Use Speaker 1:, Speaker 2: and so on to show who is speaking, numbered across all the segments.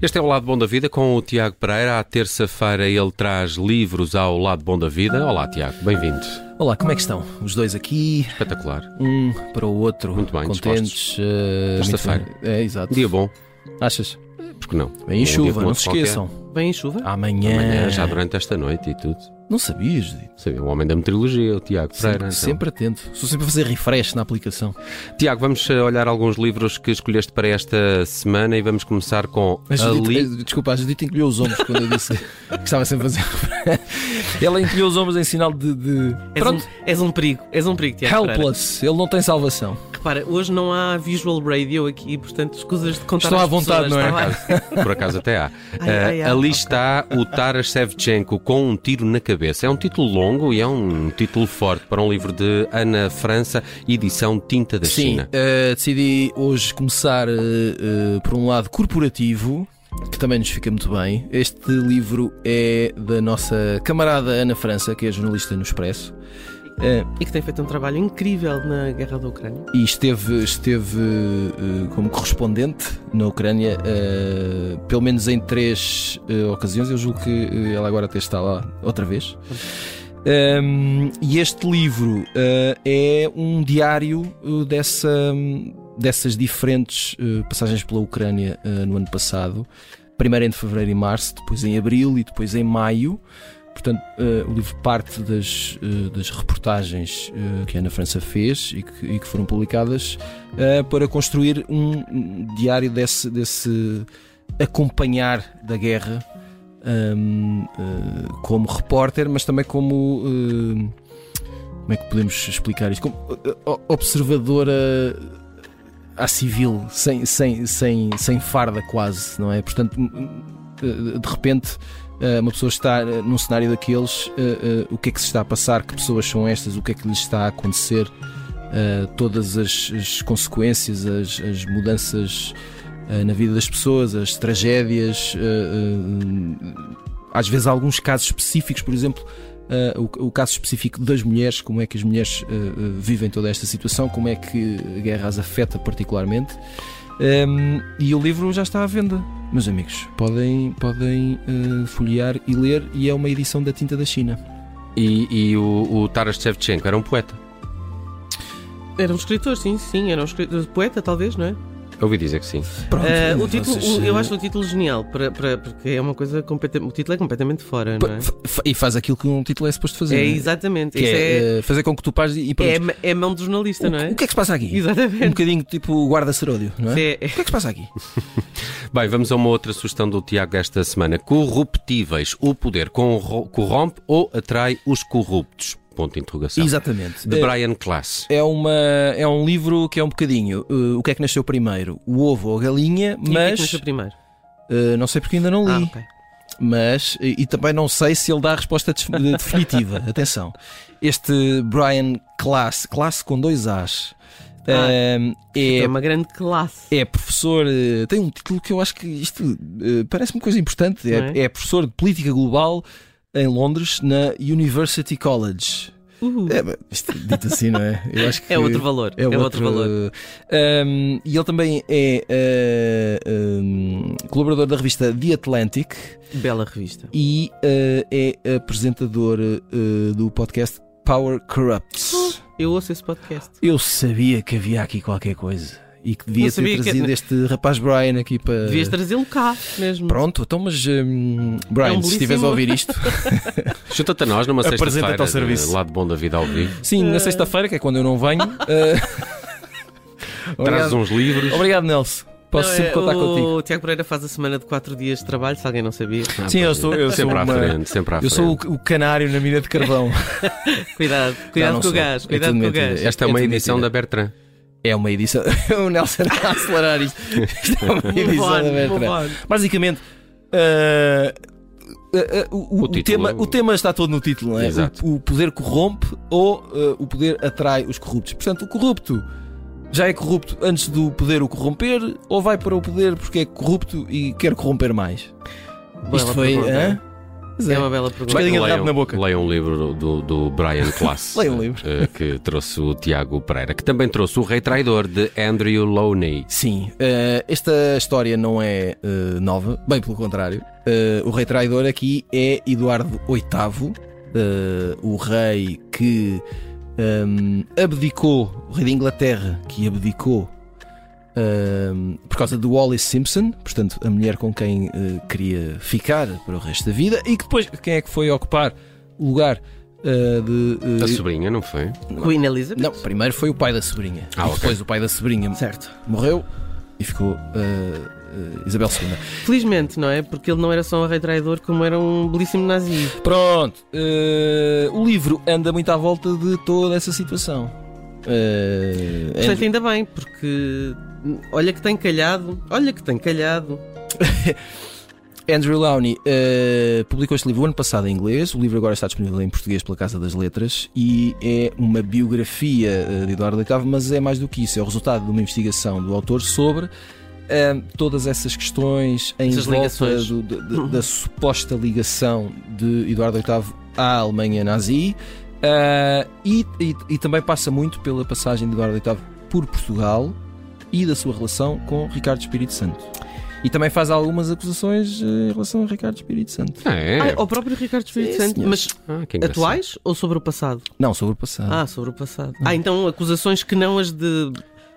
Speaker 1: Este é o Lado Bom da Vida com o Tiago Pereira. À terça-feira ele traz livros ao Lado Bom da Vida. Olá, Tiago, bem-vindo.
Speaker 2: Olá, como é que estão? Os dois aqui,
Speaker 1: Espetacular.
Speaker 2: um para o outro,
Speaker 1: Muito bem,
Speaker 2: contentes. eh, muito
Speaker 1: Terça-feira.
Speaker 2: bem. É, exato.
Speaker 1: Dia bom,
Speaker 2: Achas?
Speaker 1: porque não?
Speaker 2: Vem
Speaker 1: Um
Speaker 2: em
Speaker 1: dia
Speaker 2: chuva,
Speaker 1: como
Speaker 2: não
Speaker 1: outro
Speaker 2: se
Speaker 1: qualquer.
Speaker 2: esqueçam.
Speaker 1: Vem em chuva?
Speaker 2: Amanhã.
Speaker 1: Amanhã, já durante esta noite e tudo.
Speaker 2: Não sabias, Dito.
Speaker 1: Sabe, o homem da meteorologia, o Tiago Pereira.
Speaker 2: Sempre,
Speaker 1: então.
Speaker 2: sempre atento. Sou sempre a fazer refresh na aplicação.
Speaker 1: Tiago, vamos eh, olhar alguns livros que escolheste para esta semana e vamos começar com
Speaker 2: A Judite,
Speaker 1: Ali.
Speaker 2: eh, desculpa, a Judite encolheu os ombros quando eu disse que estava sempre a fazer refresh. Ela encolheu os ombros em sinal de. de-
Speaker 3: És
Speaker 2: Pronto,
Speaker 3: um, és um perigo, és um perigo, Tiago. Pereira.
Speaker 2: helpless. Ele não tem salvação.
Speaker 3: Repara, hoje não há visual radio aqui, portanto, escusas de contar
Speaker 2: Estão
Speaker 3: às
Speaker 2: à vontade,
Speaker 3: pessoas,
Speaker 2: não é?
Speaker 3: está bem?
Speaker 1: Por acaso até há.
Speaker 3: Ai,
Speaker 1: Eh,
Speaker 3: ai, ai,
Speaker 1: ali
Speaker 3: ok.
Speaker 1: está o Taras Shevchenko com um tiro na cabeça. É um título longo e é um título forte para um livro de Ana França, edição Tinta da
Speaker 2: Sim,
Speaker 1: China.
Speaker 2: eh, decidi hoje começar eh, eh, por um lado corporativo, que também nos fica muito bem. Este livro é da nossa camarada Ana França, que é jornalista no Expresso, eh,
Speaker 3: E que tem feito um trabalho incrível na guerra da Ucrânia.
Speaker 2: e esteve, esteve eh, como correspondente na Ucrânia, eh, pelo menos em três eh, ocasiões. Eu julgo que eh, ela agora até está lá outra vez. Um, e este livro uh, é um diário uh, dessa, um, dessas diferentes uh, passagens pela Ucrânia uh, no ano passado. Primeiro entre fevereiro e março, depois em abril e depois em maio. Portanto, uh, o livro parte das, uh, das reportagens uh, que a Ana França fez e que, e que foram publicadas uh, para construir um um diário desse, desse acompanhar da guerra hum, eh, como repórter, mas também como. eh, como é que podemos explicar isto? Como eh, o- observadora à civil, sem, sem, sem, sem farda quase, não é? Portanto, hum, hum, eh, de repente. eh, Uma pessoa está eh, num cenário daqueles, eh, eh, o que é que se está a passar, que pessoas são estas, o que é que lhes está a acontecer, eh, todas as, as consequências, as, as mudanças eh, na vida das pessoas, as tragédias, eh, eh, às vezes há alguns casos específicos, por exemplo, eh, o, o caso específico das mulheres, como é que as mulheres eh, eh, vivem toda esta situação, como é que a guerra as afeta particularmente. Ehm, e o livro já está à venda, meus amigos. Podem, podem eh, folhear e ler, e é uma edição da Tinta da China.
Speaker 1: E, e o, o Taras Shevchenko era um poeta.
Speaker 3: Era um escritor, sim, sim, era um escritor, poeta, talvez, não é?
Speaker 1: Eu Ouvi dizer que sim.
Speaker 2: Pronto,
Speaker 3: Ah, o
Speaker 2: vocês,
Speaker 3: título, o-
Speaker 2: eh,
Speaker 3: eu acho o título genial, para, para- porque é uma coisa completa, o título é completamente fora, não é?
Speaker 2: fa- fa- E faz aquilo que um título é suposto fazer. não
Speaker 3: É
Speaker 2: é?
Speaker 3: exatamente,
Speaker 2: Que
Speaker 3: isso é,
Speaker 2: é, eh, fazer com que tu pares e e pronto.
Speaker 3: é, ma- é mão do jornalista,
Speaker 2: o,
Speaker 3: não é?
Speaker 2: o que é que se passa aqui? Um
Speaker 3: Exatamente.
Speaker 2: bocadinho tipo guarda-seródio, não é?
Speaker 3: Isso é-
Speaker 2: O que é que se passa aqui?
Speaker 1: Bem, vamos a uma outra sugestão do Tiago esta semana. Corruptíveis. O poder corro- corrompe ou atrai os corruptos? Ponto de interrogação.
Speaker 2: Exatamente.
Speaker 1: De
Speaker 2: É-
Speaker 1: Brian Class.
Speaker 2: É, uma, é um livro que é um bocadinho eh, o que é que nasceu primeiro, o ovo ou a galinha,
Speaker 3: E o que é que
Speaker 2: mas
Speaker 3: nasceu primeiro?
Speaker 2: eh, não sei porque ainda não
Speaker 3: Ah,
Speaker 2: li.
Speaker 3: ok.
Speaker 2: Mas, e, e também não sei se ele dá a resposta def- de- definitiva. Atenção. Este Brian Class, classe com dois As,
Speaker 3: Ah,
Speaker 2: eh,
Speaker 3: É
Speaker 2: é
Speaker 3: uma grande classe.
Speaker 2: É professor, eh, tem um título que eu acho que isto eh, parece-me coisa importante. É,
Speaker 3: Não é?
Speaker 2: é professor de política global em Londres, na University College.
Speaker 3: Uh,
Speaker 2: É, mas isto dito assim, não é? Eu acho que
Speaker 3: é outro valor, é, outro, valor.
Speaker 2: Ahm, Ehm, e ele também é eh, ahm, colaborador da revista The Atlantic
Speaker 3: Bela revista.
Speaker 2: e eh, é apresentador eh, do podcast Power Corrupts.
Speaker 3: Eu ouço esse podcast.
Speaker 2: Eu sabia que havia aqui qualquer coisa e que
Speaker 3: Não
Speaker 2: devia ter
Speaker 3: sabia que-
Speaker 2: trazido este rapaz Brian aqui para.
Speaker 3: Devias trazê-lo cá mesmo.
Speaker 2: Pronto, então, mas hum, Brian,
Speaker 3: É um
Speaker 2: se estiveres a
Speaker 3: belíssimo-
Speaker 2: ouvir isto.
Speaker 1: Junta-te a nós numa
Speaker 2: Apresenta-te
Speaker 1: sexta-feira.
Speaker 2: ao serviço.
Speaker 1: eh, Lado bom da vida ao vivo.
Speaker 2: Sim,
Speaker 3: Eh.
Speaker 2: na sexta-feira, que é quando eu não venho. eh,
Speaker 1: Traz
Speaker 2: obrigado,
Speaker 1: uns livros.
Speaker 2: obrigado, Nelson. Posso
Speaker 3: Não,
Speaker 2: sempre
Speaker 3: é,
Speaker 2: contar
Speaker 3: o
Speaker 2: contigo.
Speaker 3: Tiago Pereira faz a semana de 4 dias de trabalho, se alguém não sabia.
Speaker 2: Sim, eu sou- eu sou
Speaker 1: Ah, sempre à
Speaker 2: uma-
Speaker 1: frente, sempre à
Speaker 2: Eu
Speaker 1: frente.
Speaker 2: sou o, o canário na mina de carvão.
Speaker 3: Cuidado,
Speaker 2: Não,
Speaker 3: cuidado
Speaker 2: não
Speaker 3: com o
Speaker 2: sou.
Speaker 3: gás,
Speaker 2: É
Speaker 3: cuidado
Speaker 2: tudo
Speaker 3: com o
Speaker 2: mentira.
Speaker 3: gás.
Speaker 1: Esta é uma
Speaker 2: é tudo
Speaker 1: edição da
Speaker 2: mentira.
Speaker 1: Bertrand.
Speaker 2: É uma edição. o Nelson está a acelerar isto. Isto é uma
Speaker 3: Move
Speaker 2: edição
Speaker 3: on,
Speaker 2: da
Speaker 3: move
Speaker 2: Bertrand.
Speaker 3: on.
Speaker 2: Basicamente. eh, eh, eh, o,
Speaker 1: O
Speaker 2: o
Speaker 1: título-
Speaker 2: tema, o tema está todo no título, não é?
Speaker 1: Exato.
Speaker 2: O, o poder corrompe ou eh, o poder atrai os corruptos. Portanto, o corrupto já é corrupto antes do poder o corromper ou vai para o poder porque é corrupto e quer corromper mais?
Speaker 3: Boa
Speaker 2: Isto foi.
Speaker 3: pergunta.
Speaker 2: hã? Pois
Speaker 3: É uma bela pergunta.
Speaker 2: Bem- Bocadinho de rabo na boca.
Speaker 1: leiam um livro do, do Brian Class.
Speaker 2: Leiam um livro.
Speaker 1: eh, Que trouxe o Tiago Pereira, que também trouxe o Rei Traidor de Andrew Lowney.
Speaker 2: Sim, eh, esta história não é eh, nova, bem pelo contrário. Eh, o rei traidor aqui é Eduardo VIII, eh, o rei que ehm, abdicou, o rei da Inglaterra que abdicou ehm, por causa de Wallis Simpson, portanto, a mulher com quem eh, queria ficar para o resto da vida, e que depois quem é que foi ocupar o lugar eh, de. eh,
Speaker 1: A sobrinha, não foi?
Speaker 3: Queen Elizabeth.
Speaker 2: não, primeiro foi o pai da sobrinha.
Speaker 1: Ah,
Speaker 2: e
Speaker 1: ok.
Speaker 2: depois o pai da sobrinha
Speaker 3: Certo.
Speaker 2: morreu e ficou eh, eh, Isabel II.
Speaker 3: Felizmente, não é? Porque ele não era só um rei traidor, como era um belíssimo nazi.
Speaker 2: Pronto, eh, o livro anda muito à volta de toda essa situação. Eh,
Speaker 3: Portanto,
Speaker 2: and-
Speaker 3: ainda bem, porque olha que tem calhado, olha que tem calhado.
Speaker 2: Andrew Lowney eh, publicou este livro o ano passado em inglês. O livro agora está disponível em português pela Casa das Letras e é uma biografia eh, de Eduardo da Cava, mas é mais do que isso. É o resultado de uma investigação do autor sobre eh, todas essas questões em
Speaker 3: Essas
Speaker 2: volta
Speaker 3: ligações.
Speaker 2: do- do- do- da suposta ligação de Eduardo VIII à Alemanha nazi eh, e, e- e também passa muito pela passagem de Eduardo VIII por Portugal e da sua relação com Ricardo Espírito Santo. E também faz algumas acusações eh, em relação a Ricardo Espírito Santo.
Speaker 1: Ah, é.
Speaker 2: oh,
Speaker 3: Ah, o próprio Ricardo Espírito
Speaker 2: Sim,
Speaker 3: Santo,
Speaker 2: senhor.
Speaker 3: mas
Speaker 1: Ah, que engraçado.
Speaker 3: atuais ou sobre o passado?
Speaker 2: Não, sobre o passado.
Speaker 3: Ah, sobre o passado. Ah, então acusações que não as de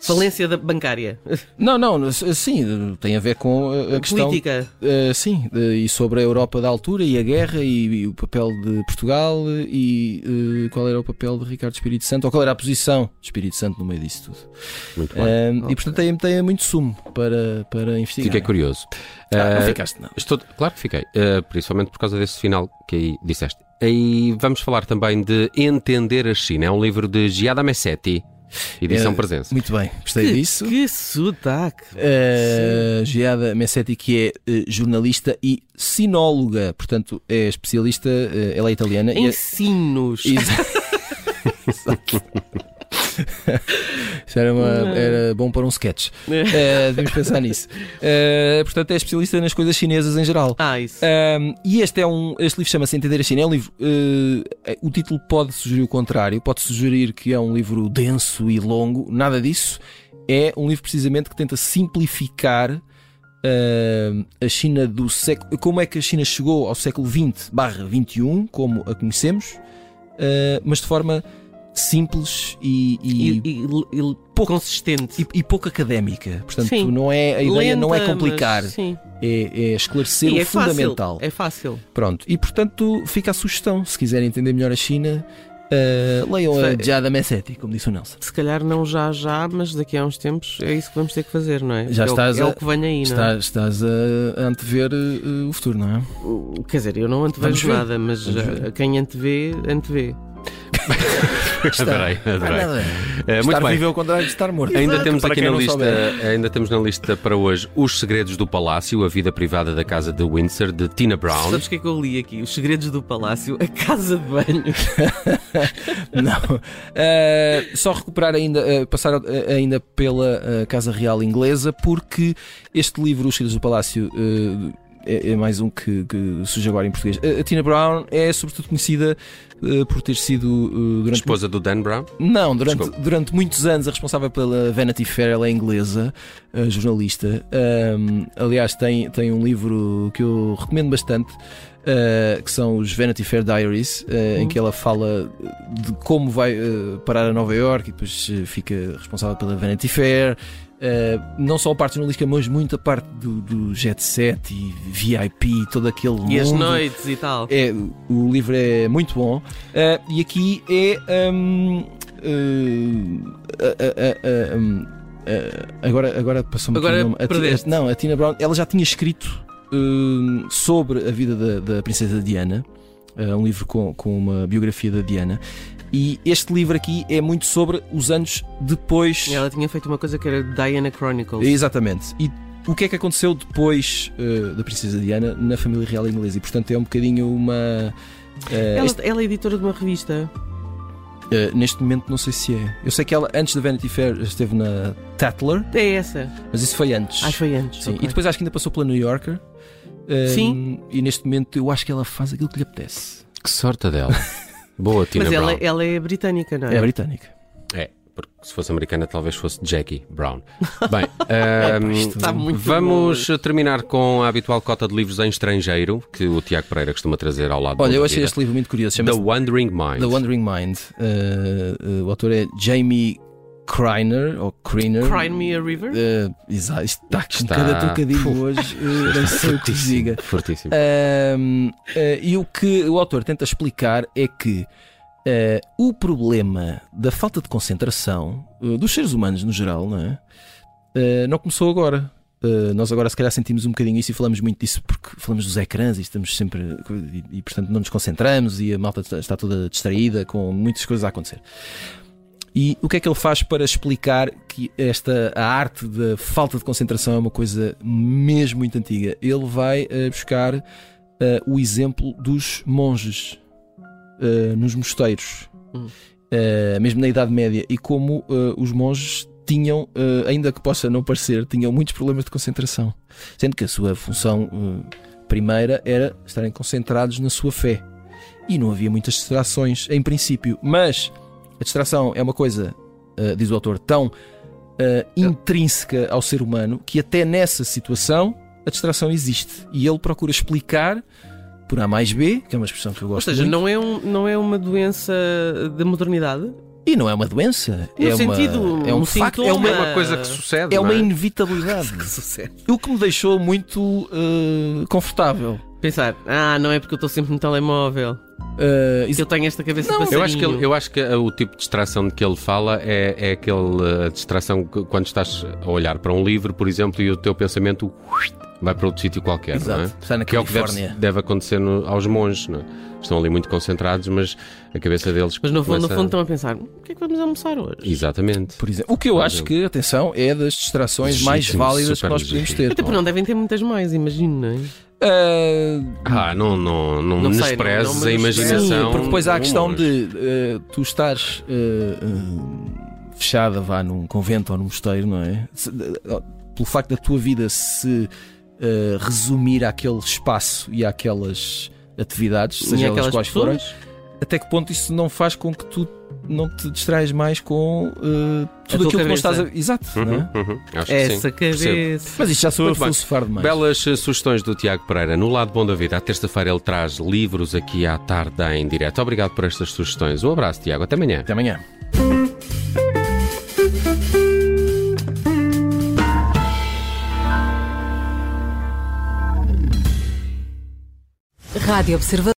Speaker 3: falência da bancária.
Speaker 2: Não, não, s- eh, sim, tem a ver com eh, a questão.
Speaker 3: Política.
Speaker 2: eh, sim, eh, e sobre a Europa da altura e a guerra e, e o papel de Portugal eh, e eh, qual era o papel de Ricardo Espírito Santo ou qual era a posição de Espírito Santo no meio disso tudo.
Speaker 1: Muito bem.
Speaker 2: Eh, E portanto tem, tem muito sumo para, para investigar.
Speaker 1: Fiquei curioso.
Speaker 2: Ah,
Speaker 1: Ah,
Speaker 2: não
Speaker 3: Eh,
Speaker 2: ficaste, não.
Speaker 1: Estou, claro que fiquei, eh, principalmente por causa desse final que aí disseste. E vamos falar também de Entender a China. É um livro de Giada Messetti, edição
Speaker 2: Eh,
Speaker 1: presença.
Speaker 2: Muito bem, gostei disso.
Speaker 3: Que sotaque.
Speaker 2: Uh, Geada Messetti, que é uh, jornalista e sinóloga, portanto é especialista, uh, ela é italiana. e é-
Speaker 3: Ensinos.
Speaker 2: Ex- Exato. Isso era, uma- era bom para um sketch. Uh, devíamos pensar nisso. Uh, portanto, é especialista nas coisas chinesas em geral.
Speaker 3: Ah, isso.
Speaker 2: Um, e este é um este livro chama-se Entender a China é um livro uh, é- o título pode sugerir o contrário pode sugerir que é um livro denso e longo nada disso é um livro precisamente que tenta simplificar uh, a China do século como é que a China chegou ao século 20 barra 21 como a conhecemos uh, mas de forma simples e,
Speaker 3: E,
Speaker 2: e,
Speaker 3: e- e- consistente.
Speaker 2: e- e pouco académica portanto
Speaker 3: Sim.
Speaker 2: não é a ideia não é
Speaker 3: Lenta,
Speaker 2: complicar
Speaker 3: mas sim.
Speaker 2: é, é esclarecer
Speaker 3: E
Speaker 2: o
Speaker 3: é
Speaker 2: fundamental
Speaker 3: Fácil, é fácil.
Speaker 2: Pronto, e portanto fica a sugestão, se quiserem entender melhor a China, eh, leiam a
Speaker 3: Sei.
Speaker 2: Jada Messetti, como disse o Nelson.
Speaker 3: Se calhar não já já, mas daqui a uns tempos é isso que vamos ter que fazer, não é?
Speaker 2: Já
Speaker 3: é, o-
Speaker 2: estás
Speaker 3: é
Speaker 2: a-
Speaker 3: o que vem aí, não é?
Speaker 2: Estás, estás a antever eh, o futuro, não é?
Speaker 3: Quer dizer, eu não
Speaker 2: Vamos
Speaker 3: antevejo
Speaker 2: ver.
Speaker 3: nada, mas
Speaker 2: Vamos
Speaker 3: ah,
Speaker 2: ver.
Speaker 3: quem antevê, antevê.
Speaker 1: adorei, adorei.
Speaker 2: Nada.
Speaker 1: Eh,
Speaker 2: estar
Speaker 1: muito bem.
Speaker 2: vivo é o contrário de estar morto.
Speaker 1: Ainda temos
Speaker 2: Para
Speaker 1: aqui
Speaker 2: quem
Speaker 1: na
Speaker 2: não
Speaker 1: lista, eh,
Speaker 2: souber.
Speaker 1: ainda temos na lista para hoje Os Segredos do Palácio, a vida privada da casa de Windsor de Tina Brown.
Speaker 3: Sabes o que é que eu li aqui? Os segredos do palácio, a casa de banho.
Speaker 2: Não. Eh, só recuperar ainda, eh, passar eh, ainda pela eh, Casa Real Inglesa, porque este livro, Os Filhos do Palácio, eh, é, é mais um que, que surge agora em português. A- a Tina Brown é sobretudo conhecida eh, por ter sido eh, durante
Speaker 1: Esposa do Dan Brown.
Speaker 2: Não, durante,
Speaker 1: Desculpa.
Speaker 2: durante muitos anos a responsável pela Vanity Fair, ela é inglesa, eh, jornalista. Ahm, aliás, tem, tem um livro que eu recomendo bastante, eh, que são os Vanity Fair Diaries, eh, em
Speaker 3: Hum.
Speaker 2: que ela fala de como vai eh, parar a Nova York e depois eh, fica responsável pela Vanity Fair. Eh, não só a parte jornalística, mas muita parte do, do jet set e VIP, e todo aquele
Speaker 3: E as
Speaker 2: mundo.
Speaker 3: noites e tal.
Speaker 2: É, o livro é muito bom eh, e aqui é. hum, eh, a- a- a- a- hum, eh, agora agora passou-me aqui
Speaker 3: Agora
Speaker 2: o nome. A Ti-
Speaker 3: perdeste.
Speaker 2: a- não, a Tina Brown, ela já tinha escrito hum, sobre a vida da, da Princesa Diana, eh, um livro com, com uma biografia da Diana. E este livro aqui é muito sobre os anos depois.
Speaker 3: E ela é tinha feito uma coisa que era Diana Chronicles.
Speaker 2: Exatamente. E o que é que aconteceu depois eh, da Princesa Diana na família real inglesa? E portanto é um bocadinho uma. eh,
Speaker 3: Ela, ela é editora de uma revista.
Speaker 2: Uh, neste momento não sei se é. Eu sei que ela antes da Vanity Fair esteve na Tatler,
Speaker 3: É essa.
Speaker 2: mas isso foi antes.
Speaker 3: Acho que Ah, foi antes.
Speaker 2: Sim.
Speaker 3: ok.
Speaker 2: E depois acho que ainda passou pela New Yorker. Eh,
Speaker 3: Sim.
Speaker 2: E neste momento eu acho que ela faz aquilo que lhe apetece.
Speaker 1: Que sorte dela. Boa, Tina
Speaker 3: Mas ela,
Speaker 1: Brown.
Speaker 3: ela é britânica, não
Speaker 2: É,
Speaker 3: é?
Speaker 2: britânica.
Speaker 1: É, porque se fosse americana talvez fosse Jackie Brown. Bem, ahm,
Speaker 3: Está é muito
Speaker 1: vamos terminar com a habitual cota de livros em estrangeiro que o Tiago Pereira costuma trazer ao lado. do
Speaker 2: Olha, eu
Speaker 1: Bom
Speaker 2: achei
Speaker 1: Dia.
Speaker 2: este livro muito curioso.
Speaker 1: The
Speaker 2: Chama-se
Speaker 1: Wandering Mind.
Speaker 2: The Wandering Mind. Eh, eh, o autor é Jamie Kreiner, ou Kreiner.
Speaker 3: Cry Me a River.
Speaker 2: Eh, exato, isto está com
Speaker 1: Está-
Speaker 2: cada trocadilho hoje, eh, não sei o que se diga.
Speaker 1: Fortíssimo.
Speaker 2: Ahm, eh, e o que o autor tenta explicar é que eh, o problema da falta de concentração eh, dos seres humanos no geral não, é? Eh, não começou agora. Eh, nós agora se calhar sentimos um bocadinho isso e falamos muito disso porque falamos dos ecrãs e estamos sempre e, e, portanto não nos concentramos e a malta está- está toda distraída com muitas coisas a acontecer. E o que é que ele faz para explicar que esta a arte da falta de concentração é uma coisa mesmo muito antiga? Ele vai eh, buscar eh, o exemplo dos monges eh, nos mosteiros,
Speaker 3: Hum.
Speaker 2: Eh, mesmo na Idade Média, e como eh, os monges tinham, eh, ainda que possa não parecer, tinham muitos problemas de concentração, sendo que a sua função eh, primeira era estarem concentrados na sua fé. E não havia muitas distrações, em princípio, mas a distração é uma coisa, ah, diz o autor, tão ah, intrínseca ao ser humano que até nessa situação a distração existe. E ele procura explicar por A mais B, que é uma expressão que eu
Speaker 3: Ou
Speaker 2: gosto
Speaker 3: seja,
Speaker 2: muito,
Speaker 3: não é, um, não é uma doença da modernidade.
Speaker 2: e não é uma doença,
Speaker 3: No
Speaker 2: é,
Speaker 3: sentido,
Speaker 2: uma, é um,
Speaker 3: um
Speaker 2: facto, é
Speaker 3: sintoma.
Speaker 2: uma,
Speaker 1: É uma coisa que sucede.
Speaker 2: é uma
Speaker 1: não
Speaker 2: inevitabilidade. o que me deixou muito ah, confortável.
Speaker 3: Pensar, ah, não é porque eu estou sempre no telemóvel.
Speaker 2: Ah,
Speaker 3: Eu tenho esta cabeça de
Speaker 1: Eu
Speaker 3: passarinho.
Speaker 1: acho, que ele- eu acho que uh, o tipo de distração de que ele fala é, é aquele, uh, distração que quando estás a olhar para um livro, por exemplo, e o teu pensamento vai para outro sítio qualquer, não é?
Speaker 2: Exato, está na
Speaker 1: Que é o que deve,
Speaker 2: Califórnia.
Speaker 1: deve acontecer no- aos monges, não é? Estão ali muito concentrados, mas a cabeça deles.
Speaker 3: Mas no fundo, no
Speaker 1: começa-
Speaker 3: fundo estão a pensar, o que é que vamos almoçar hoje?
Speaker 1: Exatamente.
Speaker 2: Por exemplo, o que eu acho que, atenção, é das distrações mais
Speaker 1: Legítimo,
Speaker 2: válidas que
Speaker 1: super
Speaker 2: nós podemos
Speaker 1: legítimo.
Speaker 2: ter.
Speaker 3: Até porque não devem ter muitas mais, imagino, não é?
Speaker 2: Ah,
Speaker 1: Ah, não, não, não,
Speaker 3: Não sei, não-
Speaker 1: desprezes
Speaker 3: não me
Speaker 1: a imaginação.
Speaker 2: Sim, porque depois há a
Speaker 1: do
Speaker 2: questão
Speaker 1: monge.
Speaker 2: de eh, tu estares eh, eh, fechada, vá num convento ou num mosteiro, não é? Se- de- ó, pelo facto da tua vida se eh, resumir àquele espaço e àquelas atividades,
Speaker 3: E
Speaker 2: seja elas
Speaker 3: aquelas
Speaker 2: quais forem,
Speaker 3: pessoas?
Speaker 2: até que ponto isso não faz com que tu não te distraias mais com eh, tudo
Speaker 3: tua
Speaker 2: aquilo que não
Speaker 3: cabeça.
Speaker 2: estás a... Exato, não é?
Speaker 1: Uhum, uhum, acho que sim.
Speaker 3: Essa
Speaker 1: percebo.
Speaker 3: cabeça.
Speaker 2: Mas isto já sou
Speaker 1: Muito
Speaker 2: a
Speaker 1: bem.
Speaker 2: filosofar demais.
Speaker 1: Belas eh, sugestões do Tiago Pereira. No Lado Bom da Vida, à terça-feira ele traz livros aqui à tarde em direto. Obrigado por estas sugestões. Um abraço, Tiago. Até amanhã.
Speaker 2: Até amanhã.
Speaker 4: Rádio Observador.